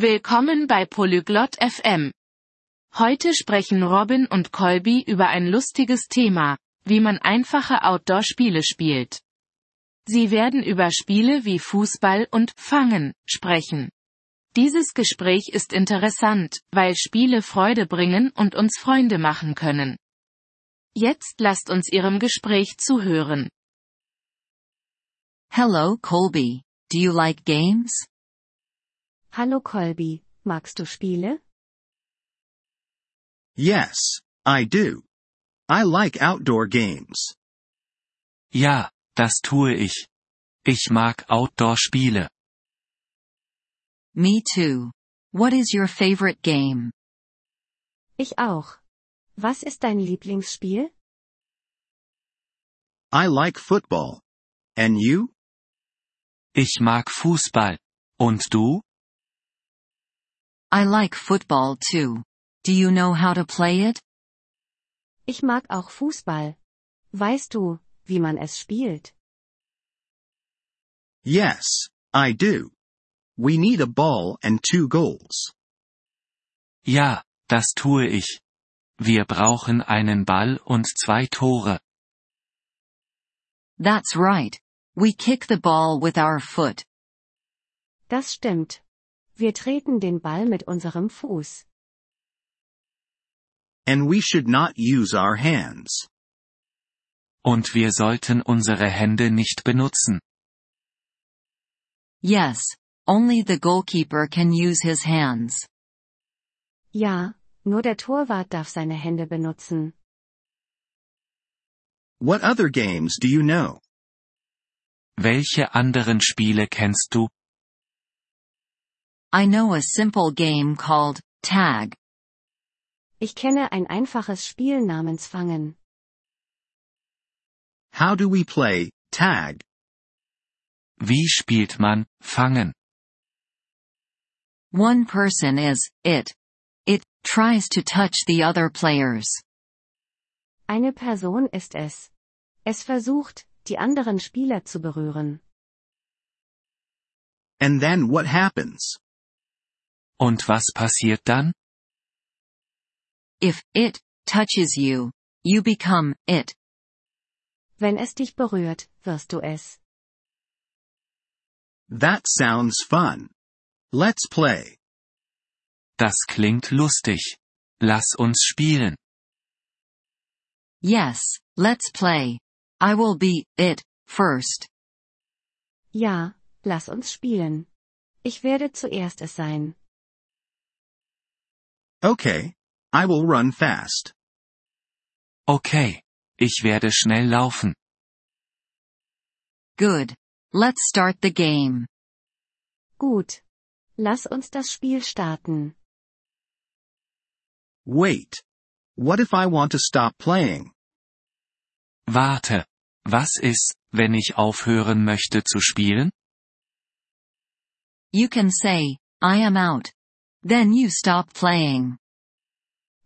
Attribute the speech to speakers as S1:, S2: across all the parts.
S1: Willkommen bei Polyglot FM. Heute sprechen Robin und Colby über ein lustiges Thema, wie man einfache Outdoor-Spiele spielt. Sie werden über Spiele wie Fußball und Fangen sprechen. Dieses Gespräch ist interessant, weil Spiele Freude bringen und uns Freunde machen können. Jetzt lasst uns Ihrem Gespräch zuhören.
S2: Hello, Colby. Do you like games?
S3: Hallo Colby, magst du Spiele?
S4: Yes, I do. I like outdoor games.
S5: Ja, das tue ich. Ich mag Outdoor-Spiele.
S2: Me too. What is your favorite game?
S3: Ich auch. Was ist dein Lieblingsspiel?
S4: I like football. And you?
S5: Ich mag Fußball. Und du?
S2: I like football too. Do you know how to play it?
S3: Ich mag auch Fußball. Weißt du, wie man es spielt?
S4: Yes, I do. We need a ball and two goals.
S5: Ja, das tue ich. Wir brauchen einen Ball und zwei Tore.
S2: That's right. We kick the ball with our foot.
S3: Das stimmt. Wir treten den Ball mit unserem Fuß.
S4: And we should not use our hands.
S5: Und wir sollten unsere Hände nicht benutzen.
S2: Yes, only the goalkeeper can use his hands.
S3: Ja, nur der Torwart darf seine Hände benutzen.
S4: What other games do you know?
S5: Welche anderen Spiele kennst du?
S2: I know a simple game called tag.
S3: Ich kenne ein einfaches Spiel namens Fangen.
S4: How do we play tag?
S5: Wie spielt man Fangen?
S2: One person is it. It tries to touch the other players.
S3: Eine Person ist es. Es versucht, die anderen Spieler zu berühren.
S4: And then what happens?
S5: Und was passiert dann?
S2: If it touches you, you become it.
S3: Wenn es dich berührt, wirst du es.
S4: That sounds fun. Let's play.
S5: Das klingt lustig. Lass uns spielen.
S2: Yes, let's play. I will be it first.
S3: Ja, lass uns spielen. Ich werde zuerst es sein.
S4: Okay. I will run fast.
S5: Okay. Ich werde schnell laufen.
S2: Good. Let's start the game.
S3: Gut. Lass uns das Spiel starten.
S4: Wait. What if I want to stop playing?
S5: Warte. Was ist, wenn ich aufhören möchte zu spielen?
S2: You can say, I am out. Then you stop playing.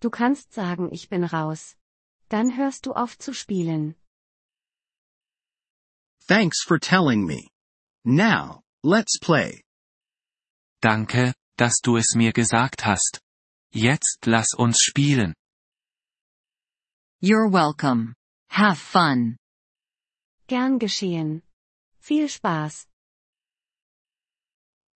S3: Du kannst sagen, ich bin raus. Dann hörst du auf zu spielen.
S4: Thanks for telling me. Now, let's play.
S5: Danke, dass du es mir gesagt hast. Jetzt lass uns spielen.
S2: You're welcome. Have fun.
S3: Gern geschehen. Viel Spaß.